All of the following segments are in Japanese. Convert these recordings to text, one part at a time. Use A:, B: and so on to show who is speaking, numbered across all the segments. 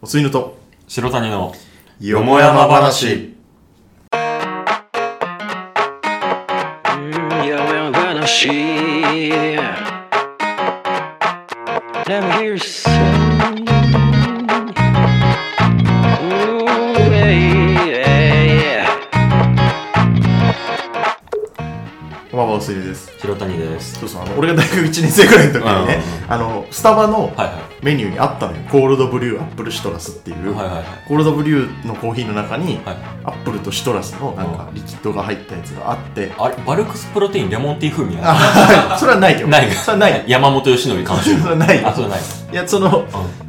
A: おついぬと、
B: 白谷の
A: よ
B: もやま話。
C: Mm, yeah, we're gonna see. Let me hear you sing. Ooh, yeah, yeah.
A: こんばんは、おついぬです。
B: 白谷です。
A: そうそう、あの、俺が大学1年生くらいの時にね、あの、スタバの
B: はいは
A: メニューにあったのよ。コールドブリュー、アップルシトラスってい
B: い。
A: う、
B: はいはいはい。
A: コールドブリューのコーヒーの中に、
B: はい、
A: アップルとシトラスのなんかリキッドが入ったやつがあって、
B: あれ、バルクスプロテインレモンティー風味な
A: あ それはないよ。
B: のない
A: それはない。
B: 山本由伸監修。
A: それ はないよ
B: あ、そうない。
A: いや、その、
B: うん。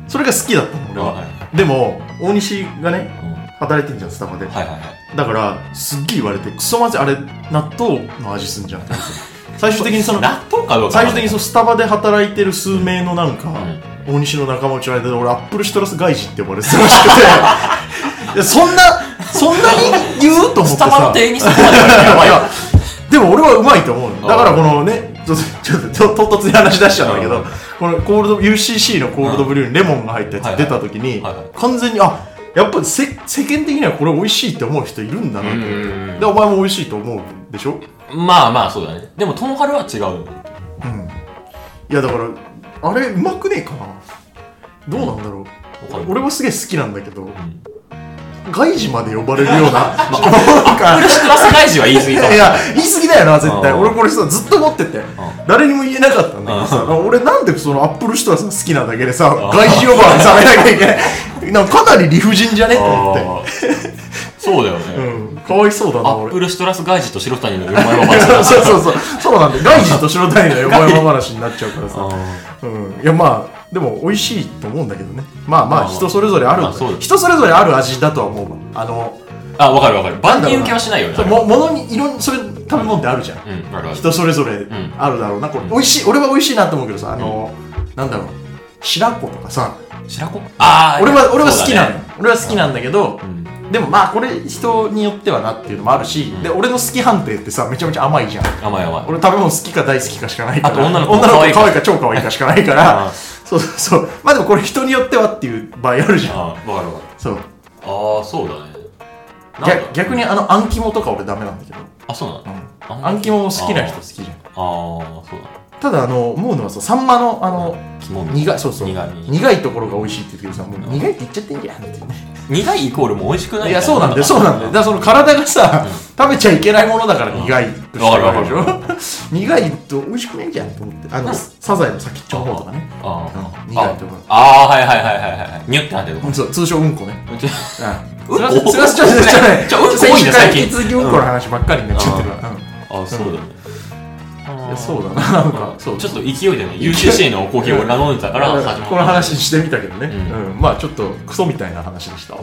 A: それが好きだったの、俺
B: は
A: は。
B: い
A: でも、大西がね、
B: うん
A: 働いてんじゃん、スタバで。
B: はいはいはい。
A: だから、すっげえ言われて、クソまずい、あれ、納豆の味すんじゃん。最終的にその、
B: 納豆かどうか。
A: 最終的にそのスタバで働いてる数名のなんか、大西の仲間内の間で俺アップルシトラス外人って呼ばれてたらしく ていやそんなそんなに言うと思って
B: スタバ
A: さ
B: の店員にそこまで言われたらや ばいよ。
A: でも俺はうまいと思うのだからこのねちょっとちょっとちょっと唐突に話し出しちゃうんだけ
B: う
A: ど
B: ん
A: このコールド UCC のコールドブリューにレモンが入ったや
B: は
A: つ
B: い
A: 出た時に
B: はいはい
A: 完全にあやっぱせ世間的にはこれ美味しいって思う人いるんだなと思って
B: うん
A: でお前も美味しいと思うでしょ
B: まあまあ、そうだね。でも、トンハルは違うよね。
A: うんいやだからあれうまくねえかなどうなんだろう
B: わかる
A: 俺はすげえ好きなんだけど
B: ん
A: 外事 まで呼ばれるようななん
B: アップ
A: か
B: ルシトラス外事は言い過ぎ かも
A: いや言い過ぎだよな絶対
B: うん
A: 俺これさずっと持ってて誰にも言えなかったんだけどさ俺なんでそのアップルシトラスが好きなだけでさ外事呼ばわりされなきゃいけないなんかかなり理不尽じゃねと思っ
B: あーそうだよ
A: て
B: ね。
A: うんかわいそうだ
B: ア
A: な
B: ッ
A: 俺
B: プルシトラス外事と白谷の4枚 は
A: そうそうそうそうなんで外事と白谷の横山話になっちゃうからさうん、いやまあでも美味しいと思うんだけどねまあま
B: まあ
A: あ
B: まあ
A: 人それぞれある、
B: まあそうだ
A: 人それぞれある味だとは思うわあの
B: あ、わかるわかる。万人受けはしないよね。
A: そうもものにいろんそれ食べ物ってあるじゃん、
B: うん、わかるわかる。
A: 人それぞれ
B: ん
A: あるだろうなこれ美味しい俺は美味しいなと思うけどさあの、なんだろう白子とかさ
B: 白子ああ、
A: 俺は俺は好きな
B: の
A: の、俺は好きなんだけど、
B: うん
A: でもまあこれ人によってはなっていうのもあるし、で俺の好き判定ってさめちゃめちゃ甘いじゃん
B: 甘い甘い。
A: 俺食べ物好きか大好きかしかないから
B: あと女の子も
A: 女の子
B: 可愛いか
A: 可愛いか超可愛いかしかないか
B: あ
A: ら
B: あ
A: そうそうそうまあでもこれ人によってはっていう場合あるじゃん
B: ああ、わかるわかる。
A: そう
B: ああ、そうだね。なんだ
A: 逆逆にあのあん肝とか俺ダメなんだけど
B: あ、そうなの
A: あん肝も好きな人好きじゃ
B: あ
A: ん
B: ーあー、そうだ。
A: ただあの思うのはささんまのあの
B: 肝味
A: 苦いそうそう
B: 苦味
A: 苦いところが美味しいって言ってるけどさもう苦いって言っちゃってんじゃんっていうね
B: 苦いイコールもう美味しくない
A: いやそうなんだよそうなんだよだからその体がさ食べちゃいけないものだから苦いとしてるわけでし
B: わかる
A: ょ 苦いと美味しくないじゃんと思ってあのサザエの先っちょの方とかね
B: あー
A: うん苦いところ
B: ああ、はいはいはいはいはい。ニュってなって るとこ
A: そう通称うんこね
B: うち
A: うん
B: うん
A: すいませんすいませんちょっとちょっとね
B: ちょうんこ多いね
A: 先週から
B: 最近
A: 引き続きうんこの話ばっかりになっちゃってるからうん
B: あそうだね。
A: いやそうだななんか
B: ち
A: そ
B: ょ
A: う
B: っと勢いでね、UCC のコーヒーを俺飲んでたから始まった。
A: この話にしてみたけどね
B: う
A: うんまあちょっとクソみたいな話でした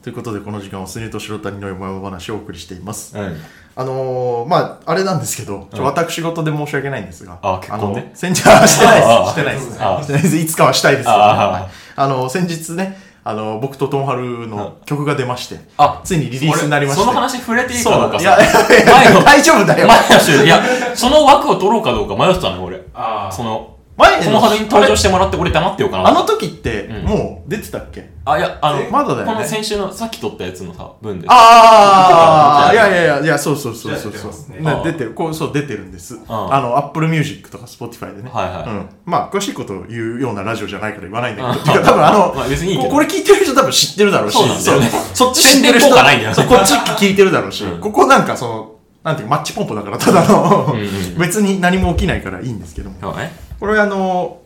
A: ということでこの時間はスニーと白谷の山々話をお送りしています
B: うん。
A: あのー、まああれなんですけど、ちょ私事で申し訳ないんですが、
B: あ結婚ね
A: の先日、あしてない
B: あ
A: です。
B: あ
A: してないです。
B: ああ
A: してないですいつかはしたいですよ、
B: ああ
A: はいあの、先日ね、あの、僕とトンハルの曲が出まして、
B: あ
A: ついにリリースになりました。
B: その話触れていい
A: そ
B: か
A: う
B: ど
A: な
B: うんか
A: だい
B: さ
A: や、。いや
B: 前 の
A: 大丈夫だよ。
B: 前の週、いや、その枠を取ろうかどうか迷ってたのよ、俺。
D: あ
B: その、
A: 前
B: その春に登場
A: あれ
B: してもらって俺黙ってようかな
A: あの時って、
B: うん
A: もう出てたっけ
B: あ、いや、あの、
A: まだだよね
B: この先週の、さっき撮ったやつのさ、分で。
A: ああ、
B: あ
A: いやいやいや、いや、そうそうそうそう
D: 出て
A: そ
D: ますね
A: う、ね
B: あ。あ
A: 出てる、こう、そう、出てるんです。
B: あ
A: あ
B: あ
A: の、Apple Music とか Spotify でね。
B: はいは
A: う
B: い
A: ん。まあ、詳しいことを言うようなラジオじゃないから言わないんだけど、
B: ああ
A: てか多分あの、
B: まあ別にいいけど
A: ここれ聞いてる人多分知ってるだろうし、
B: そうなんだよね
A: そうそっち知ってる
B: 宣伝
A: 人
B: 効果ないんだよ
A: そうこっち聞いてるだろうし、ここなんかその、なんていうか、マッチポンポだから、ただの
B: んうん、
A: 別に何も起きないからいいんですけども。
B: そうね。
A: これあの、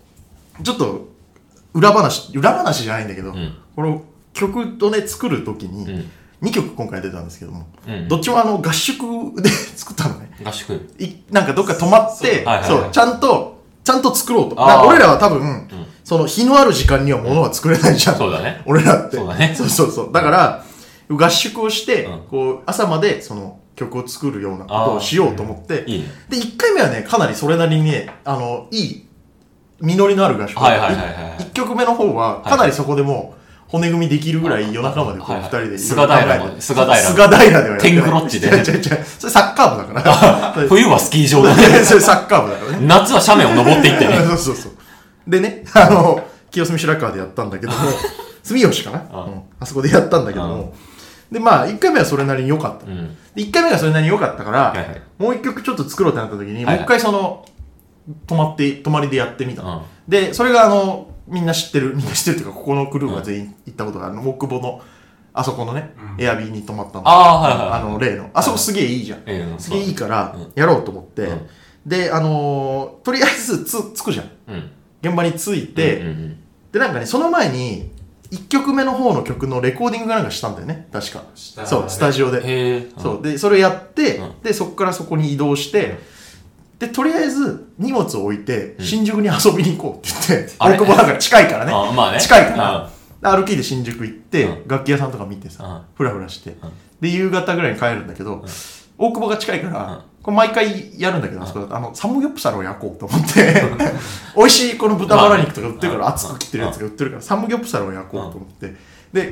A: ちょっと、裏話、裏話じゃないんだけど、
B: ん
A: この曲とね、作るときに、
B: うん
A: 2曲今回出たんですけども、
B: うん
A: どっちもあの合宿で作ったのね
B: 合宿。
A: いなんかどっか泊まって
B: はいはいはい
A: そうちゃんとちゃんと作ろうと
B: あー
A: な俺らは多分、その日のある時間には物は作れないじゃん。
B: そうだね。
A: 俺らって。
B: そうだね
A: そうそうそう。だから、合宿をして、
B: うん
A: こう、朝までその曲を作るようなことをしようと思って、
B: いいね。
A: で、1回目はね、かなりそれなりにね、あの、いい、実りのある合宿。
B: はいはいはいはい。
A: 1曲目の方は、かなりそこでもう、骨組みできるぐらい夜中までこう
B: はい
A: 2
B: はい
A: 人で
B: 菅平も菅平
A: 菅平ではやってない
B: 天黒っちで
A: 違う違う違うそれサッカー部だ から。それ
B: 冬はスキー場 だね。
A: それサッカー部だからね。
B: 夏は斜面を登っていっ てね。
A: そうそうそう。でね、あの、清澄白河でやったんだけ ども、住吉かな、
B: う
A: うんん、あそこでやったんだけども、で、まあ、1回目はそれなりに良かった。
B: う
A: で、
B: ん。
A: 1回目がそれなりに良かったから、
B: はいはい
A: もう1曲ちょっと作ろうってなった時に、
B: はいはい
A: もう1回その、泊まって、泊まりでやってみたの。
B: うん
A: で、それがあの、みんな知ってる、みんな知ってるっていうか、ここのクルーが全員行ったことがある、の、木久保の、あそこのね、エアビーに泊まったの。
B: あーはいはいはい
A: あの、例の。あそこすげえいいじゃん。
B: ええうん
A: すげえいいから
B: うん、
A: やろうと思って、
B: うん
A: で、あのーとりあえずつ、つくじゃん。
B: うん。
A: 現場に着いて、
B: うんうん
A: で、なんかね、その前に、1曲目の方の曲のレコーディングかなんかしたんだよね、確か。
D: した
A: そう、スタジオ
B: う
A: で
B: ん。。へえ。。
A: そうう。で、それやって、
B: うん
A: で、そこからそこに移動して、で、とりあえず、荷物を置いて、
B: うん
A: 新宿に遊びに行こうって言って、
B: あれ
A: 大久保だから近いからね。
B: あまあね。
A: 近いから、歩きで新宿行って、
B: う
A: 楽器屋さんとか見てさ、ふらふらして、で、夕方ぐらいに帰るんだけど、大久保が近いから、
B: うん
A: これ毎回やるんだけど、あそこだとあの、サムギョプサルを焼こうと思って、美味しいこの豚バラ肉とか売ってるか
B: ま
A: ら、
B: あね
A: 厚く切ってるやつが売ってるから、サムギョプサルを焼こうと思って、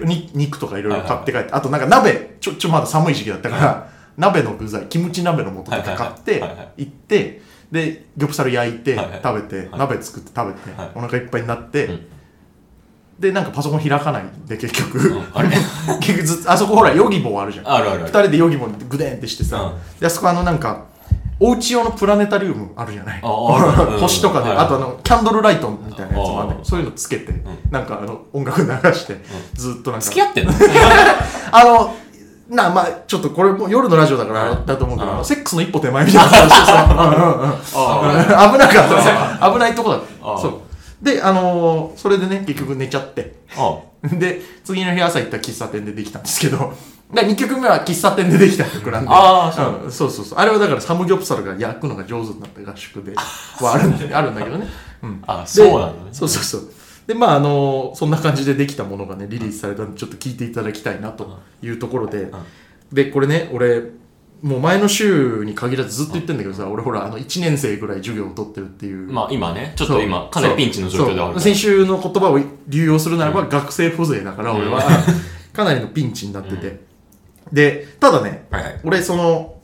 A: で、に肉とかいろいろ買って帰って、あとなんか鍋、ちょ、ちょ、まだ寒い時期だったから、鍋の具材、キムチ鍋の素とか買って
B: はいはいはいはいはい、
A: 行って、で、ギョプサル焼いて
B: はいはい、
A: 食べて、鍋作って食べて
B: はい、
A: お腹いっぱいになって
B: うん、
A: で、なんかパソコン開かないんで、結
B: う
A: 局
B: ん。あれ
A: 結局ずっとあそこほら、ヨギボーあるじゃん。
B: あるある
A: 二
B: ある。
A: 人でヨギボーグデーンってしてさ、であそこあのなんかお家用のプラネタリウムあるじゃない
B: あ あるうん
A: 星とかで、
B: はい
A: あとあのキャンドルライトみたいなやつもあるんだけ
B: あ
A: ど
B: あ
A: そういうのつけて、
B: ん
A: なんかあの音楽流して、ずっとなんか
B: 付き合 ってんの
A: あのなあまあちょっとこれも夜のラジオだから
B: うん
A: だと思うけど、
B: うん
A: あのセックスの一歩手前みたいな感じで さうんうんうん 危なかったね危ないとこだった
B: ああ
A: そうであのーそれでね結局寝ちゃって
B: あ
A: で次の日朝行った喫茶店でできたんですけどで2曲目は喫茶店でできた曲なんで
B: ああそう
A: うんそうそうそうあれはだからサムギョプサルが焼くのが上手にな った合宿ではあるんだあるんだけどね、うん、
B: あ、そうなんだね。
A: そうそうそうでまああのそんな感じでできたものがねリリースされたんでちょっと聞いていただきたいなというところで、でこれね俺もう前の週に限らずずっと言ってんだけどさ、俺ほらあの1年生ぐらい授業を取ってるっていう
B: まあ今ね、ちょっ
A: そ
B: と
A: う
B: 今、かなりピンチの状況で
A: そ
B: はある
A: う
B: か
A: 先
B: ら。
A: 週の言葉を流用するならば、学生風情だから俺は、 かなりのピンチになってて、でただね
B: はいはい。
A: 俺その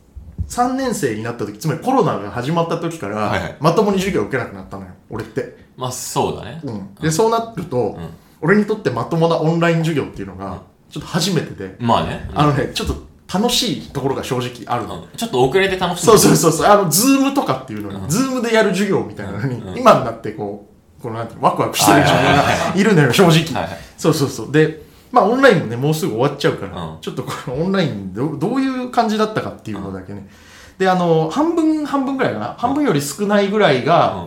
A: 3年生になった時つまりコロナが始まった時から、
B: はいはい
A: まともに授業を受けなくなったのよ俺って、
B: まあそうだね。
A: うん、でそうなると、
B: ん
A: 俺にとってまともなオンライン授業っていうのがちょっと初めてで、
B: まあね。
A: あのねちょっと楽しいところが正直あるの、
B: うんちょっと遅れて楽し
A: そう
B: う。
A: そうそうそう、あの、ズームとかっていうのに、ズームでやる授業みたいなのに、
B: うん
A: 今になってこう、このなんていうのワクワクしてる自分
B: はいはいはい
A: がいるのよ、正直、
B: はいはい
A: そうそうそう。で、まあオンラインもね、もうすぐ終わっちゃうから、
B: うん
A: ちょっとこのオンラインどうどういう感じだったかっていうのだけね。で、あの、半分、半分ぐらいかな。半分より少ないぐらい
B: うん
A: が、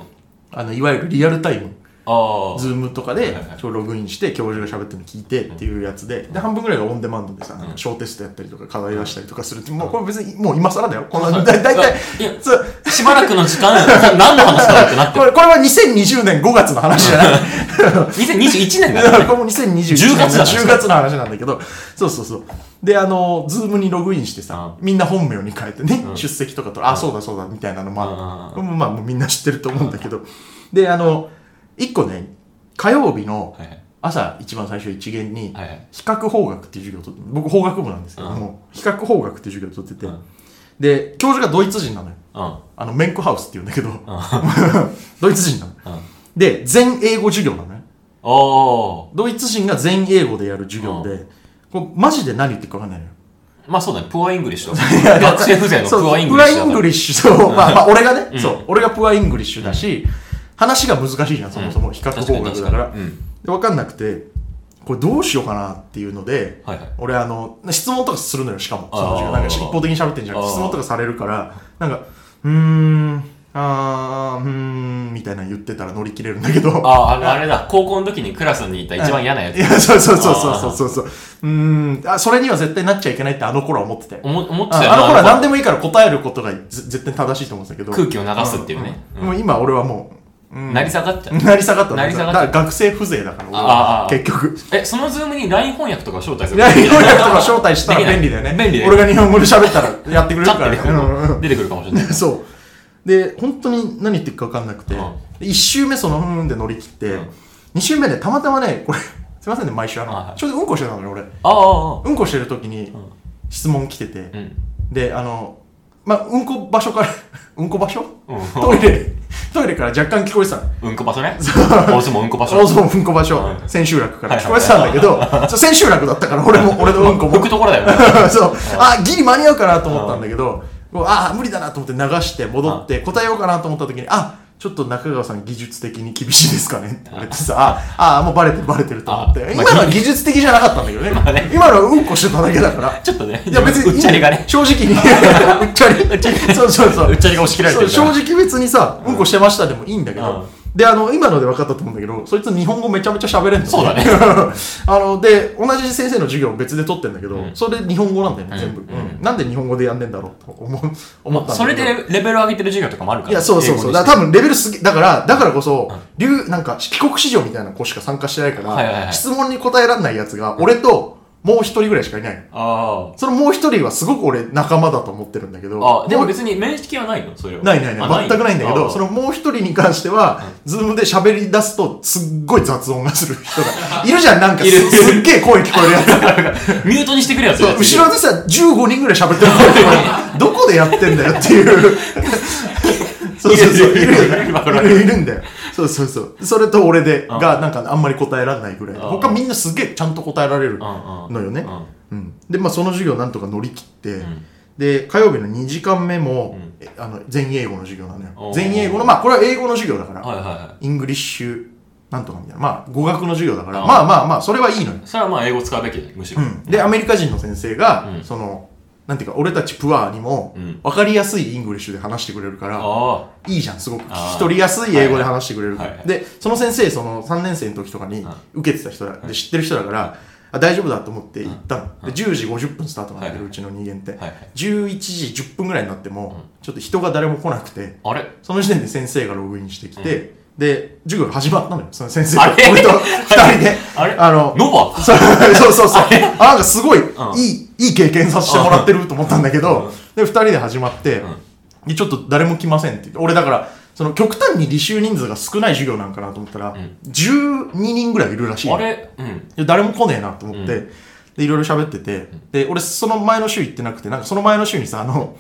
A: あの、いわゆるリアルタイム。
B: ああ。
A: ズームとか
B: はい
A: で
B: はいはい、
A: ちょログインして、教授が喋ってるの聞いてっていうやつで、で、半分ぐらいがオンデマンドでさ、なんか小テストやったりとか、課題出したりとかするって、もうこれ別に、もう今更だよ。こんな、だいたい
B: いや、
A: そう
B: しばらくの時間、 何の話だろうってなっ て
A: これ、これは2020年5月の話じゃない。
B: る。2021年だ
A: だから
B: か
A: ら
B: ね。
A: これも2020年
B: 10月だ
A: 10月の話なんだけど、そうそうそう。で、あの、ズームにログインしてさ、みんな本名に変えてね、出席とかと、あ、そうだそうだ、みたいなのもあって、まあ、もうみんな知ってると思うんだけど、で、あの、一個ね、火曜日の
B: はいはい
A: 朝一番最初一元に、
B: はいはい。
A: 比較法学っていう授業を取って、僕法学部なんですけども、比較法学っていう授業を取ってて
B: うん、
A: で、教授がドイツ人なのよ。
B: う
A: あの、メンクハウスって言うんだけど、 ドイツ人なの。
B: ん。うん。
A: で、全英語授業なのね。
B: おー。
A: ドイツ人が全英語でやる授業で、こうマジで何言ってるか分かんないのよ。
B: まあそうだね。プアイングリッシュ だ。学生風情の
A: そう
B: プアイングリッシュ
A: プアイ
B: だか
A: ン
B: ら
A: グ。リッシュそう、まあ、まあ、俺がね、そう、俺がプアイングリッシュだし、話が難しいじゃん、そもそも、比較
B: 確か
A: 法
B: に
A: 学
B: 確
A: だから。
B: かに。うん。
A: で、分かんなくて、これどうしようかなっていうので、
B: はいはい。
A: 俺あの、質問とかするのよ、しかも。その授業
B: あー
A: なんか一方的に喋ってんじゃなく
B: あ
A: て、
B: ー
A: 質問とかされるから、なんか、うーん、あー、うーん、みたいなの言ってたら乗り切れるんだけど。
B: ああの、あれだ。高校の時にクラスにいた一番嫌なや
A: いや
B: つ。、
A: そうそうそうそうそうそう。うーん。あ、それには絶対なっちゃいけないってあの頃は思ってたよ。
B: 思思って
A: あ
B: たよ
A: あの頃は何
B: で
A: でもいいから答えることがぜ絶対正しいと思うんだけど。
B: 空気を流すっていうね。
A: うんもう今俺はもう、
B: 成り下がっちゃう。
A: 成り下がったの
B: 成り下がった
A: だから学生風情だから俺
B: あ
A: は
B: あ
A: 結局
B: え、そのズームに LINE 翻訳とか招待する
A: LINE 翻訳とか招待した
B: できな
A: ら
B: い
A: 便利だよね
B: 便利だよ
A: 俺が日本語で喋ったらやってくれる
B: チャ
A: から
B: ッ
A: ね
B: て
A: うんうんうん
B: 出てくるかも しれない。
A: そうで本当に何言ってるか分かんなくて、
B: うん
A: 一1周目そのうんうんで乗り切って、
B: うん
A: 二2周目でたまたまねこれ すいませんね毎週あの、
B: はいはい
A: ちょうどうんこしてたのね俺
B: ああ、あ
A: うんこしてる時に
B: ん
A: 質問来てて、
B: あうん。
A: であのまあうんこ場所から うんこ場所、
B: うん
A: トイレトイレから若干聞こえてたの
B: うんこ場所ね。大相撲うんこ場所。
A: そうそううんこ場所、
B: うん
A: 千秋楽から聞こえてたんだけど、そう千秋楽だったから俺も俺のうんこも
B: 拭くところだよね。
A: そう、あ、ギリ間に合うかなと思ったんだけど、こうあ、無理だなと思って流して戻って答えようかなと思った時に、あ、ちょっと中川さん技術的に厳しいですかねって言われてさ、あ、あもうバレてるバレてると思って、
B: あま
A: 今
B: あ
A: のは技術的じゃなかったんだけどね。
B: まあね
A: 今のはうんこしてただけだから。
B: ちょっとね、
A: いや別に
B: うっちゃりがね。
A: 正直に。 うっちゃり。そうそうそう。
B: うっちゃりが押し切られてるから
A: そう正直別にさ、うんこしてましたでもいいんだけど。で、あの、今ので分かったと思うんだけど、そいつ日本語めちゃめちゃ喋れんの。
B: そうだね。
A: あの、で、同じ先生の授業を別で取ってんだけど、
B: うん
A: それ日本語なんだよね、全部、
B: うん
A: うんなんで日本語でやんねんだろう と思う、思ったんだけど。
B: それでレベル上げてる授業とかもあるから。
A: いや、そうそうそう。
B: 英語
A: だ
B: に
A: から多分レベルすぎ、だから、だからこそ、留、なんか、帰国子女みたいな子しか参加してないから、
B: はいはいはい
A: 質問に答えられないやつが、俺と、もう一人ぐらいしかいないの。
B: あ
A: そのもう一人はすごく俺仲間だと思ってるんだけど。
B: あ。あ、でも
A: う
B: 別に面識はないのそれは。
A: ないない
B: あ
A: ない。全くないんだけ
B: あ
A: ど、
B: あ
A: そのもう一人に関しては、ズームで喋り出すと、すっごい雑音がする人 が。いるじゃん、なんか
B: い
A: す、
B: る
A: すっげえ声聞こえるやつ。
B: ミュートにしてくれや つ
A: そう後ろでさ、15人ぐらい喋ってる声が、どこでやってんだよって いう。そうそうそう、い
B: い
A: る
B: る
A: よ
B: よ
A: ね
B: ねわか
A: い
B: る
A: るいるんだよ。そうそうそう。それと俺で、
B: ん
A: が、なんかあんまり答えられないぐらい。
B: ん
A: 他みんなすげえちゃんと答えられる
B: うんうん
A: のよね。
B: う
A: うんで、まあその授業なんとか乗り切って、
B: ん
A: で、火曜日の2時間目も、
B: うん
A: えあの全英語の授業なのよ
B: お。ー
A: 全英語の、まあこれは英語の授業だから、
B: はいはいは
A: イングリッシュなんとかみたいな。まあ語学の授業だから、
B: うん
A: まあまあまあ、それはいいのよ。
B: い。それはまあ英語使うべきだよむしろ。
A: うん、で、アメリカ人の先生が、
B: うん
A: その、なんていうか、俺たちプアーにも
B: うん、
A: 分かりやすいイングリッシュで話してくれるから、
B: あ
A: いいじゃん、すごく。聞
B: あー
A: き取りやすい英語で話してくれるから。
B: はいはい
A: で、その先生、その3年生の時とかに
B: うん
A: 受けてた人だ、で知ってる人だから、あ大丈夫だと思って行ったの。で、10時50分スタートなんだけ
B: はい
A: ど、う
B: はい
A: ちの人間って。
B: はいはい
A: 11時10分ぐらいになっても、ちょっと人が誰も来なくて、
B: あ。あれ
A: その時点で先生がログインしてきて、で、授業が始まったのよ。その先生
B: あれ
A: 俺と2人で。
B: あれ
A: あの、
B: ノバ
A: そうそうそうそう。あ、なんかすごい、
B: ん
A: いい、いい経験させてもらってると思ったんだけど、で、二人で始まって、で、ちょっと誰も来ませんって言って、俺だから、その極端に履修人数が少ない授業なんかなと思ったら、12人ぐらいいるらしい。
B: あれうん。
A: で誰も来ねえなと思って、
B: う
A: で、いろいろ喋ってて、で、俺その前の週行ってなくて、なんかその前の週にさ、あの、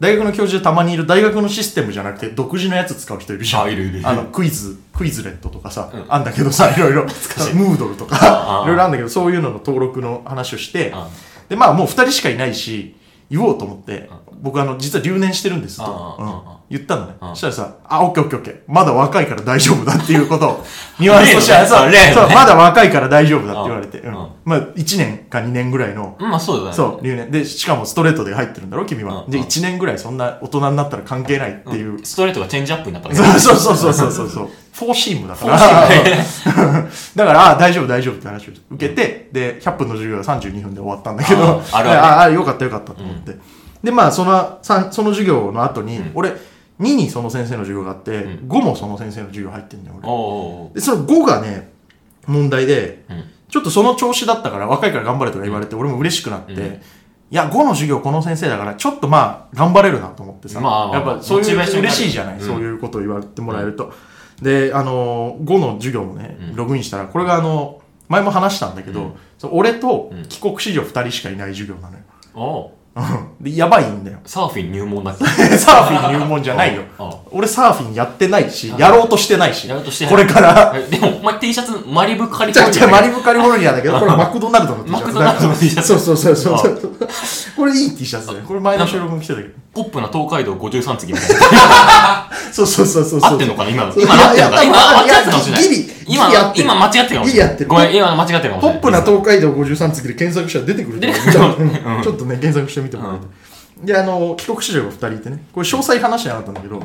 A: 大学の教授でたまにいる大学のシステムじゃなくて独自のやつ使う人いるじゃん。
B: あいるいるいる
A: あの、クイズ、クイズレットとかさ、
B: うん
A: あんだけ どさ、いろいろ、ムードルと
B: あ
A: か
B: あ、
A: いろいろあんだけど、そういうのの登録の話をして
B: あ、
A: で、まあもう二人しかいないし、言おうと思って、僕あの、実は留年してるんですと
B: あ、
A: う
B: あ
A: ん
B: ああ
A: 言ったのね。
B: あ
A: そしたらさ、あ、オッケーオッケーオッケー、まだ若いから大丈夫だっていうこと を、ニュアンスとしては、
B: 例のね
A: そう
B: 例のね
A: そう、まだまだ若いから大丈夫だって言われて、
B: う
A: うんん
B: うん
A: まあ、1年か2年ぐらいの、
B: うんまあそうだね。
A: そう、留年。で、しかもストレートで入ってるんだろ、君は
B: う。んうん
A: で、1年ぐらいそんな大人になったら関係ないっていう。
B: ストレートがチェンジアップになったね
A: そうそうそうそうそうそうそう。フォーシームだから。 だから、あ大丈夫大丈夫って話を受けて、で、100分の授業は32分で終わったんだけど、
B: あーあるあ る
A: あよかったよかったと思って。で、まあ、その、さんその授業の後に、俺、2にその先生の授業があって、5もその先生の授業入ってんだよ、俺。
B: おうおうおう
A: で、その5がね、問題で、
B: ん
A: ちょっとその調子だったから、若いから頑張れとか言われて、俺も嬉しくなって、いや、5の授業この先生だから、ちょっとまあ、頑張れるなと思ってさ、
B: まあまあ
A: やっぱそう
B: モチベー
A: い
B: ショ
A: う、
B: ンにな
A: 嬉
B: る
A: しいじゃない、
B: うん
A: そういうことを言われてもらえると。で、あのー、5の授業もね、ログインしたら、これがあの、前も話したんだけど、そう俺と帰国子女2人しかいない授業なのよ。
B: おう
A: うんで、やばいん だよ。
B: サーフィン入門だっけ
A: サーフィン入門じゃないよ
B: ああ。
A: 俺サーフィンやってないし、やろうとしてないし、
B: やろうとしてない
A: これから、
B: えでも、お前 T シャツ、マリブ借り
A: じゃあ、じゃあマリ
B: ブ
A: ブカリフォルニアだけど、これマクドナルドの T シャツ。
B: マクドナルドの T シャツ
A: そうそうそうそう。これいい T シャツだよ。これ前の収録も着てたけど。
B: ポップな東海道53次 みたいな。
A: そうそうそうそう。
B: 合ってんのかな今の。
A: そう
B: 今合ってんのかない
A: やい
B: 今
A: や
B: 合ってるかもしれない。
A: ギリギリ
B: 今
A: 合っ
B: の、
A: てる
B: 今間違ってるかもしれな
A: ギリ合って
B: い。
A: る
B: ごめん、今の間違ってるかもし
A: ポ
B: れない。
A: ップな東海道53次で検索したら出てくると思
B: 出てくる
A: うちょっとね、検索してみてもらえて。で、あの、帰国子女が2人いてね、これ詳細話しなかったんだけど、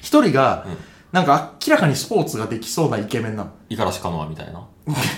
A: 1人が、なんか明らかにスポーツができそうなイケメンなの。
B: 五十嵐カノアみたいな。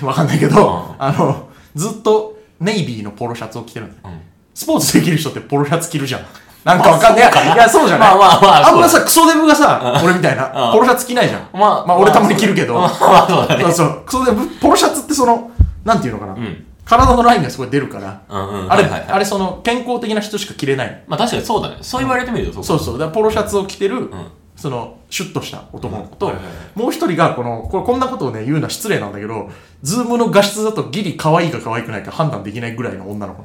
A: わかんないけ
B: うん
A: ど、あの、ずっとネイビーのポロシャツを着てるの
B: うん。
A: スポーツできる人ってポロシャツ着るじゃん。なんかわかんねえ。いや、そうじゃない。
B: まあまあまあ
A: んまさ、クソデブがさ、俺みたいな、
B: うん
A: ポロシャツ着ないじゃん。
B: まあ
A: まあ、俺たまに着るけど。
B: まあまあそうだね
A: そうそう。クソデブ、ポロシャツってその、なんていうのかな。
B: ん
A: 体のラインがすごい出るから。
B: うんうん
A: あれ、
B: はいはいはい
A: あれその、健康的な人しか着れない。
B: まあ確かにそうだね。そう言われてみると、
A: そううそう。だからポロシャツを着てる、
B: ん
A: その、シュッとした男の子
B: う
A: と
B: んはいはいは、
A: もう一人が、この、これこんなことをね、言うのは失礼なんだけど、ズームの画質だとギリ可愛いか可愛くないか判断できないぐらいの女の子。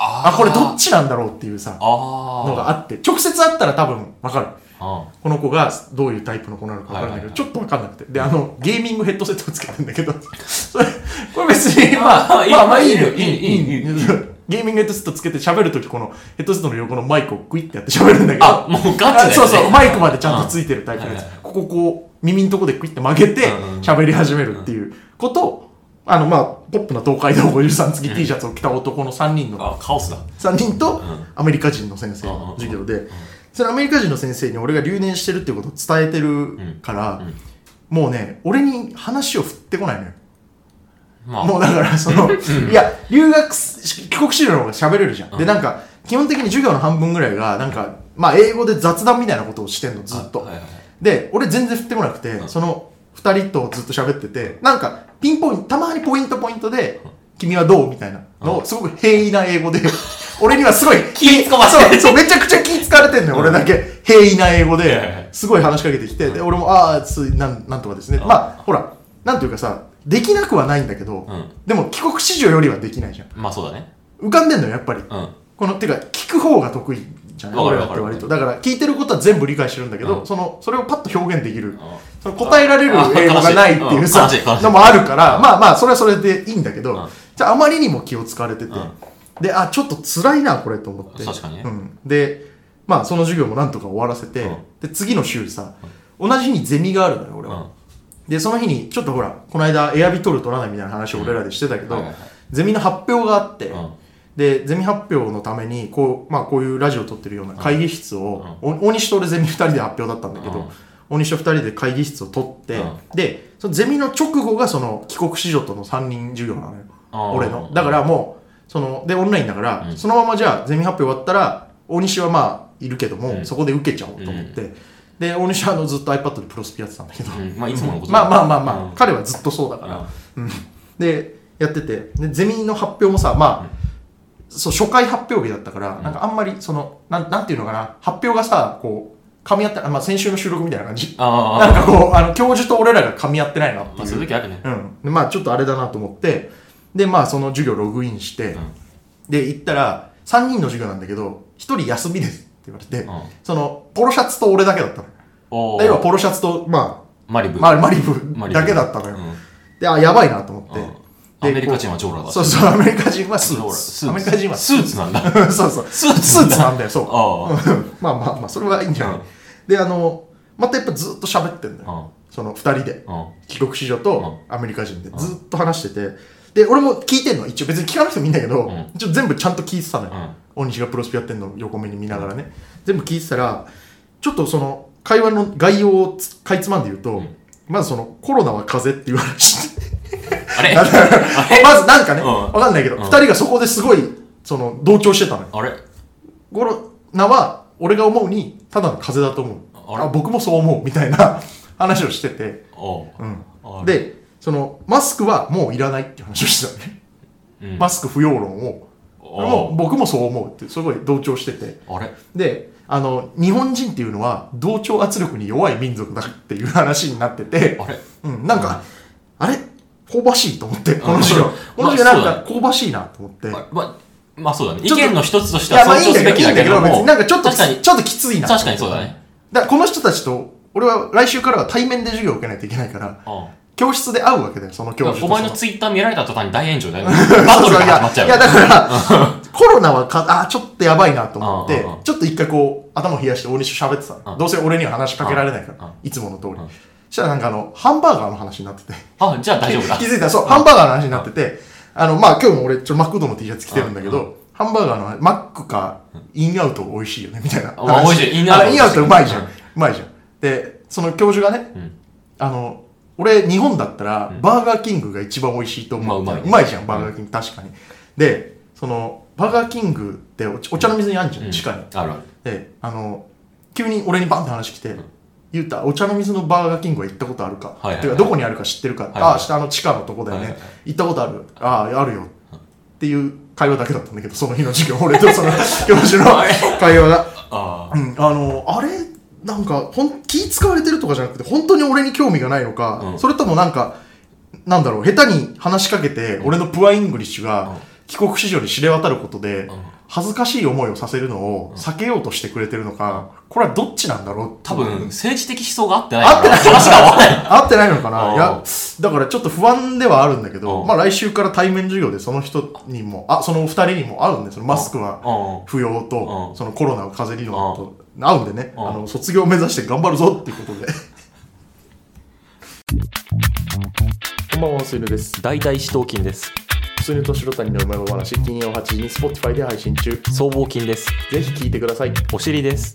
B: あ
A: あ、これどっ
B: ち
A: ちなんだろうっていうさ、
B: あー
A: のがあって、直接会ったら多分わかる。
B: あ
A: この子がどういうタイプの子なのかわからないけど、
B: はいはいはい
A: ちょっとわかんなくて。で、あの、ゲーミングヘッドセットをつけてんだけど、 それ、これ別に、ま
B: あ
A: あ、
B: ー
A: まあ、まあ、
B: い
A: い
B: い
A: い
B: よ
A: よ、いい、いい、いい
B: いいいいいい。
A: ゲーミングヘッドセットつけて喋るとき、このヘッドセットの横のマイクをグイってやって喋るんだけど、
B: あもうガチだよね
A: あそうそう、マイクまでちゃんとついてるタイプのや
B: うん
A: つ
B: はいは。
A: こここう、耳のとこでグイって曲げて
B: うんうん、
A: 喋り始めるっていうことを、あの、まあ、ポップな東海道53付き T シャツを着た男の3人の
B: あ、カオスだ。
A: 3人と
B: ん
A: アメリカ人の先生の授業で、それアメリカ人の先生に俺が留年してるっていうことを伝えてるから、もうね、俺に話を振ってこないのよ。
B: まあ、
A: もうだから、その、いや、留学す、し帰国子女の方が喋れるじゃん。で、なんか、基本的に授業の半分ぐらいが、なんか、まあ、英語で雑談みたいなことをしてんの、ずっと。
B: はいはいはい
A: で、俺全然振ってこなくて、その2人とずっと喋ってて、なんか、ピンポイント、たまにポイントポイントで、君はどうみたいなのを、すごく平易な英 語で、俺にはすごい、
B: 気使わせて
A: そう、そう、めちゃくちゃ気使われてんのよ、俺だけ。平易な英語
B: いやいやい
A: で
B: や、
A: すごい話しかけてきて、で、俺も、ああ、つい、なん、なんとかですね。まあ、ほら、なんていうかさ、できなくはないんだけど、
B: うん
A: でも帰国子女よりはできないじゃん。
B: まあそうだね。
A: 浮かんでんのよ、やっぱり。
B: うん。
A: このてか聞く方が得意じゃない
B: わか
A: 俺
B: る
A: ら
B: わ
A: っ
B: か
A: て
B: る
A: 割とだから聞いてることは全部理解してるんだけど、
B: うん
A: そのそれをパッと表現できる、
B: ん
A: その答えられる
B: あ
A: 英語がないっていうさ
B: 悲しいうん悲しい悲しい
A: のもあるからまあまあそれはそれでいいんだけど、
B: うん
A: じゃああまりにも気を使われてて、
B: ん
A: であちょっと辛いなこれと思って
B: 確かにね
A: うん、でまあその授業もなんとか終わらせて、
B: うん
A: で次の週さ同じ日にゼミがあるのよ俺
B: う
A: は、
B: ん。
A: で、その日に、ちょっとほら、この間、エアビ取る取らないみたいな話を俺らでしてたけど、
B: うんはいはいはい
A: ゼミの発表があって、
B: うん
A: で、ゼミ発表のために、こう、まあ、こういうラジオを撮ってるような会議室を、お大西と俺ゼミ2人で発表だったんだけど、
B: うん
A: 大西と2人で会議室を取って、
B: うん
A: で、そのゼミの直後がその帰国子女との3人授業なのよ。
B: あー
A: 俺の。だからもう、その、で、オンラインだから、
B: うん
A: そのままじゃあ、ゼミ発表終わったら、大西はまあ、いるけども、
B: うん
A: そこで受けちゃおうと思って、で、大西はあのずっと iPad でプロスピやってたんだけど、
B: うんまあいつものこと
A: まあまあまあまあ、
B: うん
A: 彼はずっとそうだから、でやっててでゼミの発表もさまあ、そう初回発表日だったから、なんかあんまりそのなんなんていうのかな発表がさこう噛み合ってあまあ、先週の収録みたいな感じ
B: あー
A: なんかこうあの教授と俺らが噛み合ってないなって
B: ま
A: い
B: あ
A: う、
B: そういう時あるね。
A: うんでまあちょっとあれだなと思ってでまあその授業ログインして、
B: ん
A: で行ったら3人の授業なんだけど1人休みですって言われて、
B: ん
A: そのポロシャツと俺だけだったの
B: お
A: で要は
B: ー
A: ポロシャツとま
B: マリブ。
A: あ、まあ、マリブ
B: マリブ
A: だけだったのよ、
B: うん
A: で、あ、やばいなと思って。
B: うん
A: で
B: アメリカ人はジョーラだ。
A: そうそう、アメリカ人はス
B: ジョー
A: ー
B: ラ
A: ツ。アメリカ人は
B: スーツなんだ。
A: ツ。 そうそう。
B: スーツ
A: スーツなんだよ、そう。
B: ああ。
A: まあまあまあ、それはいいんじゃない、
B: うん
A: で、あの、またやっぱずっと喋ってんだよ。
B: う
A: その二人で。
B: うん。
A: 帰国子女とアメリカ人でずっと話してて。で、俺も聞いてんの。一応別に聞かなくてもいいんだけど、
B: ん
A: 一応全部ちゃんと聞いてたのよ。
B: う
A: 大西がプロスピやってんのを横目に見ながらね。全部聞いてたら、ちょっとその会話の概要をつかいつまんで言うと、まずそのコロナは風邪っていう話。
B: あ れ
A: まずなんかね、
B: うん
A: わかんないけど、
B: うん
A: 二人がそこですごい、その、同調してたのよ。
B: あれ
A: コロナは、俺が思うに、ただの風邪だと思う。
B: あれ
A: あ僕もそう思う、みたいな 話をしてて。
B: おう
A: うん
B: あれ
A: で、その、マスクはもういらないって話をしてたのね。
B: うん
A: マスク不要論を。
B: おう
A: もう僕もそう思うって、すごい同調してて。
B: あれ
A: で、あの、日本人っていうのは、同調圧力に弱い民族だっていう話になってて、
B: あれ
A: うん、なんか、あれ香ばしいと思って、この授業
B: うん。
A: この授業
B: まあ
A: なんか香ばしいなと思って。
B: まままあそうだね。
A: ち
B: 意
A: ょっと
B: 見の一つとし
A: い
B: ては
A: や、まあいい
B: 尊
A: ん
B: 重
A: だ
B: す
A: けど、い
B: べき
A: いん
B: だ
A: だけ
B: けど
A: ど、別
B: も。
A: になんかちょっとき
B: 確かに
A: つ、ちょっときついな。
B: 確かにそうだね。
A: だからこの人たちと、俺は来週からは対面で授業を受けないといけないから、
B: うん
A: 教室で会うわけだよ、その教
B: だ
A: 授
B: から
A: とさ。
B: お前のツイッター見られた途端に大炎 上だよね。バトルが始まっちゃう
A: いや、
B: よ。
A: いやだから、コロナはか、あ、ちょっとやばいなと思って
B: うんうんう、ん
A: ちょっと一回こう、頭冷やして大西と喋ってた
B: う
A: の。
B: ん
A: どうせ俺には話しかけられないか
B: うんう
A: ら
B: ん、
A: いつもの通り
B: ん。
A: そしたらなんかあの、ハンバーガーの話になってて。
B: あ、じゃあ大丈夫だ
A: 気。づいたら、そう、ハンバーガーの話になってて、あの、まあ、今日も俺、ちょっとマクドの T シャツ着てるんだけど、ハンバーガーの話、マックか、インアウト美味しいよね、みたいな
B: あ
A: 話。
B: 美味しいインアウト
A: あインアウトうまいじゃん。
B: う
A: うんまいじゃん。で、その教授がね
B: ん、
A: あの、俺、日本だったら、バーガーキングが一番美味しいと思う。
B: まあうまいね
A: うまいじゃん、バーガーキング、確かに。で、その、バーガーキングってお茶お茶の水にあるんじゃん、
B: うん
A: 地下に。
B: あるある。
A: で、あの、急に俺にバンって話来て、言うた、お茶の水のバーガーキングは行ったことあるか。
B: はいはいはい
A: てか、どこにあるか知ってるか。
B: いはい
A: ああ、下の地下のとこだよね。
B: はいはいはい
A: 行ったことある。ああ、あるよ。っていう会話だけだったんだけど、その日の授業、俺と その教授の会話が。
B: あ
A: うん、あの、あれ、なんか、ほん、気使われてるとかじゃなくて、本当に俺に興味がないのか、
B: うん
A: それともなんか、なんだろう、下手に話しかけて、俺のプアイングリッシュが、帰国子女に知れ渡ることで、
B: ん
A: 恥ずかしい思いをさせるのを避けようとしてくれてるのか、これはどっちなんだろう
B: 多分、政治的思想が合ってない
A: 合ってない
B: 話が合わない。
A: 合ってないのか
B: あ
A: な
B: ー
A: いや、だからちょっと不安ではあるんだけど、
B: うん
A: まあ来週から対面授業でその人にも、あ、そのお二人にも会うんですよ、マスクは。
B: うん。
A: 不要と、
B: うん
A: そのコロナを風邪理論と合うんでね、
B: うん
A: あの卒業を目指して頑張るぞっていうことで。 こんばんは、すいぬです。
D: 大体四頭筋です
A: すいぬと白谷のうまい話、金曜8時に Spotify で配信中。
D: 僧帽筋です
A: ぜひ聞いてください。
D: お尻です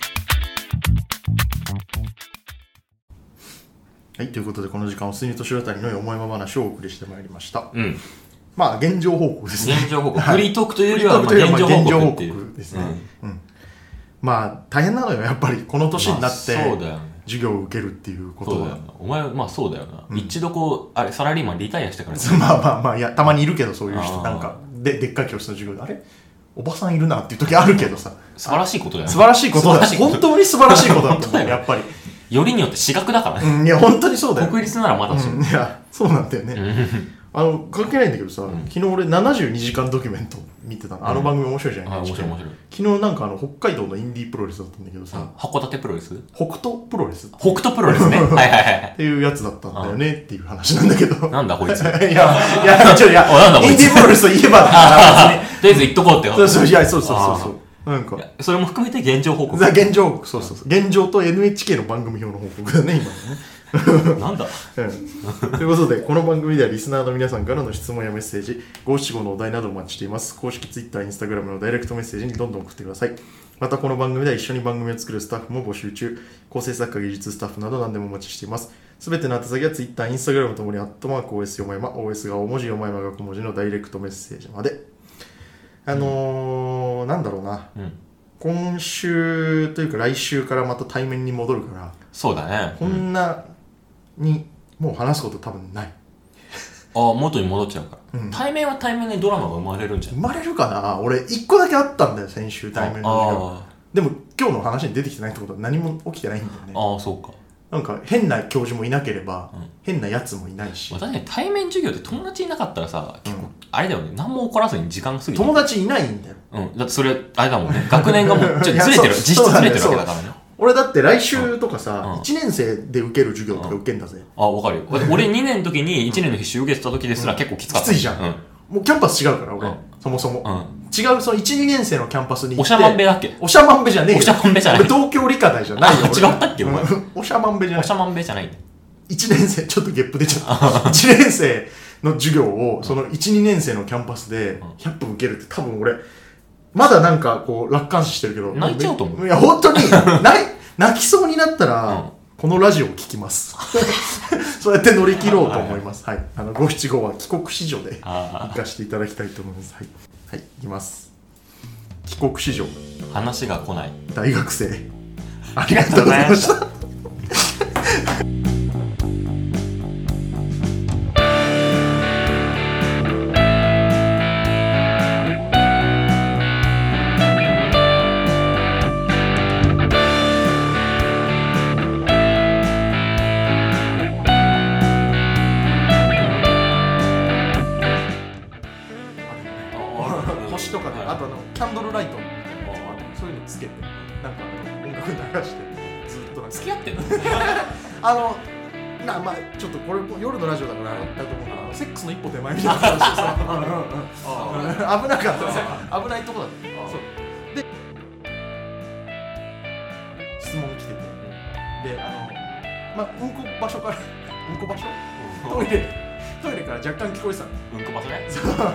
A: はい、ということで、この時間はすいぬと白谷のよもやま話をお送りしてまいりました。
B: うん。
A: まあ、現状報告ですね。
B: 現状報告。
A: はい
B: フリートークというより
A: まあ
B: は、まあ現状
A: 現状
B: 報
A: 報
B: 告っていう。
A: 告ですね。うんまあ、大変なのよ、やっぱり、この年になって、
B: まあそうだよね
A: 授業を受けるっていうこと
B: そうだよ
A: は。
B: な。お前、まあそうだよな。一度こう、あれ、サラリーマンリタイアしてからね。
A: まあまあまあ、いや、たまにいるけど、そういう
B: あ
A: 人。
B: ー
A: なんか、で、でっかい教室の授業で、あれおばさんいるなっていう時あるけどさ。
B: 素晴らしいことだよね。
A: 素晴らしいことだよ。本当に素晴らしいことだと思う、
B: よ
A: やっぱり。
B: よりによって私学だか
A: う
B: らね。
A: ん、いや、本当にそうだよ。
B: 国立ならまだし
A: うん、いや、そうなんだよね。あの、関係ないんだけどさ、昨日俺72時間ドキュメント見てたの。あの番組面白いじゃない
B: あ面白い面白い。
A: 昨日なんかあの、北海道のインディープロレスだったんだけどさ、
B: 函館プロレス
A: 北東プロレスっ
B: 北斗プロレスね。はいはいはい。
A: ていうやつだったんだよねっていう話なんだけど。
B: なんだ こいつ。
A: いや、いや、ちょ、いや
B: おなんだ、こい
A: イ
B: つ
A: ンディープロレスといえばだから 別に、
B: とりあえず言っとこうって。
A: そうそう、いや、そうそうそうそう。なんか、
B: それも含めて現状報告。
A: ザ現状報告、そうそうそう。現状と NHK の番組表の報告だね、今のね。
B: なんだ
A: うんということで、この番組ではリスナーの皆さんからの質問やメッセージ、五七五のお題などをお待ちしています。公式 Twitter、Instagram のダイレクトメッセージにどんどん送ってください。またこの番組では一緒に番組を作るスタッフも募集中、構成作家、技術スタッフなど何でもお待ちしています。すべての宛先は Twitter、Instagram ともに、アットマーク OS よもやま、OS が大文字よもやまが小文字のダイレクトメッセージまで。あのーなんだろうな。
B: うん。
A: 今週というか来週からまた対面に戻るから、
B: そうだね。
A: こんなにもう話すこと多分ない。
B: ああ、元に戻っちゃうから、
A: うん
B: 対面は対面でドラマが生まれるんじゃ
A: 生
B: ない
A: まれるかな俺、一個だけあったんだよ、先週対面の
B: あ
A: 授業。でも、今日の話に出てきてないってことは何も起きてないんだよ
B: ー
A: ね。
B: あー、そうか。
A: なんか、変な教授もいなければ、
B: うん
A: 変なやつもいないし
B: まあ、、確かに対面授業で友達いなかったらさ、結
A: う
B: 構
A: ん、
B: あれだよね。何も起こらずに時間が過ぎて。
A: 友達いないんだよ。
B: うん。だってそれ、あれだもんね。学年 がもう、ちょっとずれて
A: いやそ
B: る。
A: う
B: 実質ずれてるわけだからね。
A: 俺だって来週とかさ
B: う、ん
A: 1年生で受ける授業とか受けんだぜ。
B: あ、わかるよ。だって俺2年の時に1年の必修受けてた時ですら結構きつかった。
A: きついじゃん
B: うん。
A: もうキャンパス違うから、俺
B: うん。
A: そもそも
B: う。ん。
A: 違う、その1、2年生のキャンパスに行って。
B: おしゃまんべだっけ
A: おしゃまんべじゃねえよ。
B: おしゃまんべじゃない
A: 俺東京理科大じゃないよ。
B: あ
A: 俺
B: 違ったっけお前
A: うんおしゃまんべじゃな
B: お
A: い
B: し。ゃまんべじゃないんだ。
A: 1年生、ちょっとゲップ出ちゃった。1年 生の授業を、その1、2年生のキャンパスで100分受けるって多分俺、まだなんかこう楽観視してるけど。
B: 泣いちゃうと思う
A: いや、本 当に、泣い、泣きそうになったら、
B: うん
A: このラジオを聞き ます。そうやって乗り切ろうと思います。はい。あの、五七五は帰国子女で
B: あ
A: 行かせていただきたいと思います。はい。はい、いきます。帰国子女、
B: あ、話が来ない。
A: 大学生。ありがとうございました。星とかで、あとあのキャンドルライトみたいなやつもあるそういうのつけてなんかあの音楽流してずっとなんか
B: 付き合ってんの
A: あのなまあちょっとこれも夜のラジオだからあれだと思うけどセックスの一歩手前みたいな感じでさうんうんうん危なかった危ないとこだったそうで質問来ててであのまあうんこ場所から うんこ場所トイレトイレから若干聞こえてたの
B: うんこ場所ね。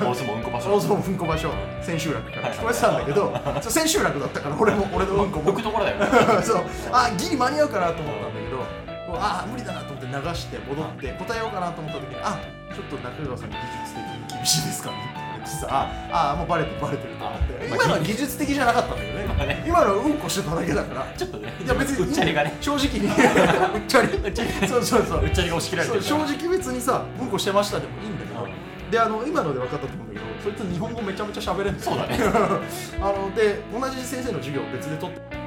B: 俺スもうんこ場
A: そもそ
B: 所。
A: もうんこ場所千秋楽から聞こえてたんだけどそう千秋楽だったから俺も俺のうんこも
B: 抜くところだ よね。
A: そうあギリ間に合うかなと思ったんだけどこうあ無理だなと思って流して戻って答えようかなと思った時にあちょっと中川さん技術的に厳しいですかね実はああもうバレてるバレてると思って
B: あまあ
A: 今のは技術的じゃなかったんだけど
B: ま
A: ね
B: あね
A: 今のはうんこしてただけだから
B: ちょっとね
A: いや別に
B: うっちゃりがね
A: 正直に うっちゃり
B: うっちゃり
A: そうそうそう
B: うっちゃりが押し切られて
A: そう
B: るか
A: 正
B: ら
A: 直別にさうんこしてましたでもいいんだけど、であの今ので分かったと思うんだけどそいつ日本語めちゃめちゃ喋れんの
B: そうだね
A: あので同じ先生の授業を別で取って